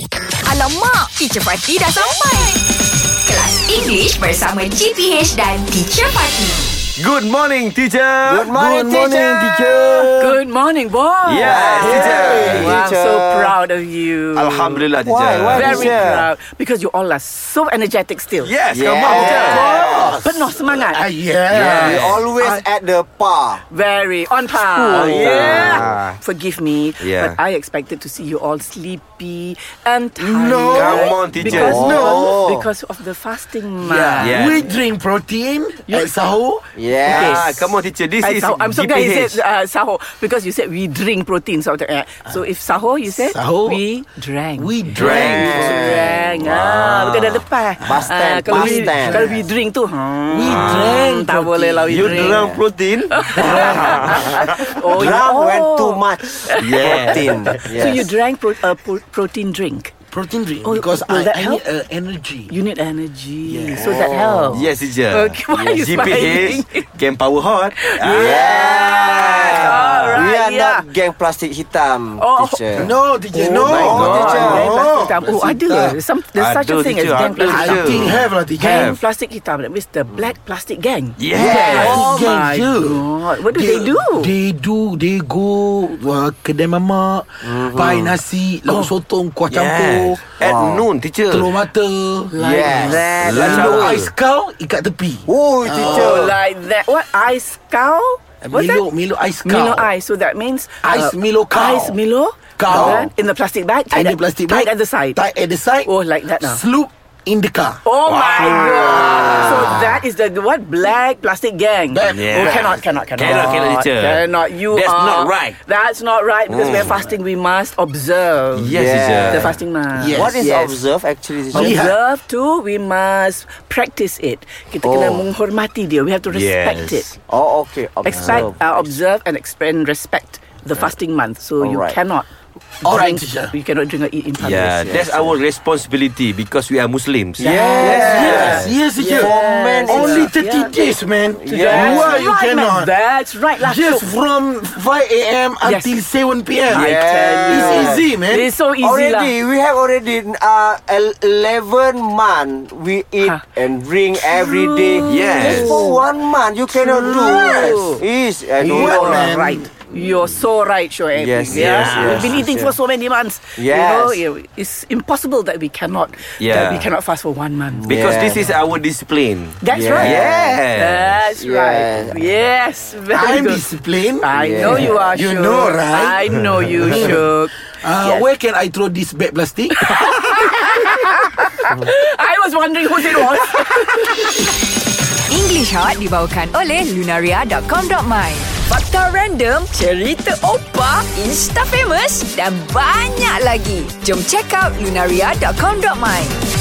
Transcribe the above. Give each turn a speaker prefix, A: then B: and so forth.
A: macam mak. Teacher Fatih dah sampai. Kelas English bersama GPH dan Teacher Fatih.
B: Good morning, teacher.
C: Good morning, teacher.
D: Good morning, boy.
B: Yes, teacher.
D: Wow, I'm
C: Teacher.
D: so proud of you.
B: Alhamdulillah,
C: Why?
B: teacher.
C: Why,
D: Very
C: teacher?
D: proud because you all are so energetic still.
B: Yes, come on,
C: Yeah.
B: teacher.
D: Penuh semangat.
C: We
B: Yes.
C: always
D: Ah.
C: at the par.
D: Very on par.
B: Yeah.
D: Forgive me,
B: Yeah.
D: but I expected to see you all sleepy and tired.
E: No.
B: Come on, teacher.
D: Because,
C: No.
D: because of the fasting month.
B: Yeah.
E: We drink protein at sahur.
B: Ah,
C: Yes.
B: come on, teacher. This
D: I
B: is
D: saw, I'm so glad you
B: GPH.
D: said uh, sahur because you said we drink protein. So, uh, so if sahur, you said
E: Sahur.
D: we drank.
E: We
B: Drank.
E: drink.
D: Drank ah, Bukan dah lepas
C: Bus stand,
D: Ah, Kalau
C: bus
D: we
C: stand.
D: Kalau we drink tu hmm,
E: We drank
D: Tak
E: Ah. protein.
D: boleh lah we
B: You
D: drink
B: drunk protein?
D: oh, you-
C: Drunk when
D: oh.
C: too much
B: Yeah.
C: protein. Yes.
D: So you drank pro, uh, pro, protein drink
E: Protein drink
D: Oh,
E: because
D: will
E: I,
D: that
E: I
D: help?
E: need uh, energy.
D: You need energy So that
C: Oh.
D: helps
B: Yes, teacher.
D: Okay, why are you
B: GPH
D: smiling?
B: can power Ah, hot.
C: Yeah.
D: Alright,
C: we are
D: yeah.
C: not gang plastik hitam,
D: Oh.
C: teacher.
E: No, teacher, no.
C: my God.
E: teacher.
D: Gang
E: no.
D: plastik hitam Oh ada
E: Plastik
D: Some, There's such a
B: Ada,
D: thing as
B: teacher,
D: gang
B: ada,
D: plastik
E: I
D: hitam
B: teacher.
E: think have lah, teacher.
D: Gang plastic hitam That means the black plastic gang
B: Yes.
D: Oh
E: Gang
D: my
E: you.
D: god What do they, do?
E: They do. They go uh, kedai mamak, buy nasi, lauk
D: Oh.
E: sotong, kuah
B: Yes.
E: campur,
B: At noon, teacher.
E: telur mata.
C: Yes.
D: that.
B: Lalu
E: Lalu ais kau ikat tepi.
C: Oh, teacher.
D: Oh, like that. What ice cow? What's
E: Milo,
D: that?
E: Milo ais kau.
D: Milo ice. So that means uh,
E: Ice Milo cow.
D: Ice Milo
E: Cow.
D: Then In the plastic bag.
E: Tiny
D: at-
E: plastic
D: tied
E: bag.
D: at the side.
E: Tied at the side.
D: Oh, like that now.
E: Sloop in the car.
D: Oh my god! So that is the what black plastic gang.
E: Black.
B: Yeah.
D: Oh, cannot, cannot, cannot.
B: Cannot, cannot, teacher.
D: Cannot. You
B: That's
D: are,
B: not right.
D: That's not right because we're fasting. We must observe.
B: Yes,
C: Yeah.
B: teacher.
D: The fasting month.
E: Yes.
C: What is
E: Yes.
C: observe actually,
D: Oh,
C: teacher?
E: Lihat.
D: Observe too, we must practice it. Kita kena menghormati dia. We have to respect
B: Yes.
D: it.
C: Oh, okay. Observe.
D: expect uh, observe and expect and respect the fasting month so you
C: Alright.
D: cannot
E: All right,
D: drink,
E: teacher.
D: you cannot drink or eat in public
B: Yeah, that's our responsibility because we are Muslims.
E: Yes, yes, teacher.
C: For men,
E: Only
D: teacher.
E: 30
D: Yeah.
E: days, man.
D: That's
E: Why
D: right,
E: you
D: man.
E: cannot?
D: that's right lah. So-
E: Just from 5 a.m.
D: Yes.
E: until 7 p.m.
D: I tell you
E: It's easy, man.
D: it's so easy lah.
C: Already, we have already uh, el- 11 month we eat
D: Huh.
C: and drink every day.
B: Yes.
C: Just for one month, you cannot
D: True.
C: do Yes. I don't
E: Yeah,
C: know.
D: You are
E: man.
D: right you're so right sure
C: Yes, yes,
D: yeah.
C: yes,
D: we've been eating
C: yes,
D: for so many months
C: Yes.
D: you know you- it's impossible that we cannot that
B: Yeah.
D: we cannot fast for one month
B: Because
C: Yeah.
B: this is our discipline.
D: that's
C: Yeah.
D: right Ah,
B: Yes.
D: that's right yes very
E: I'm
D: good
E: disciplined.
D: I
C: Yeah.
D: know you are
E: You
D: Syuk.
E: know, right?
D: I know you Syuk
E: Uh, Where can I throw this bag plastic?
D: I was wondering who it was
A: English Hot dibawakan oleh Lunaria.com.my Fakta random, cerita opa, insta famous dan banyak lagi. Jom check out Lunaria.com.my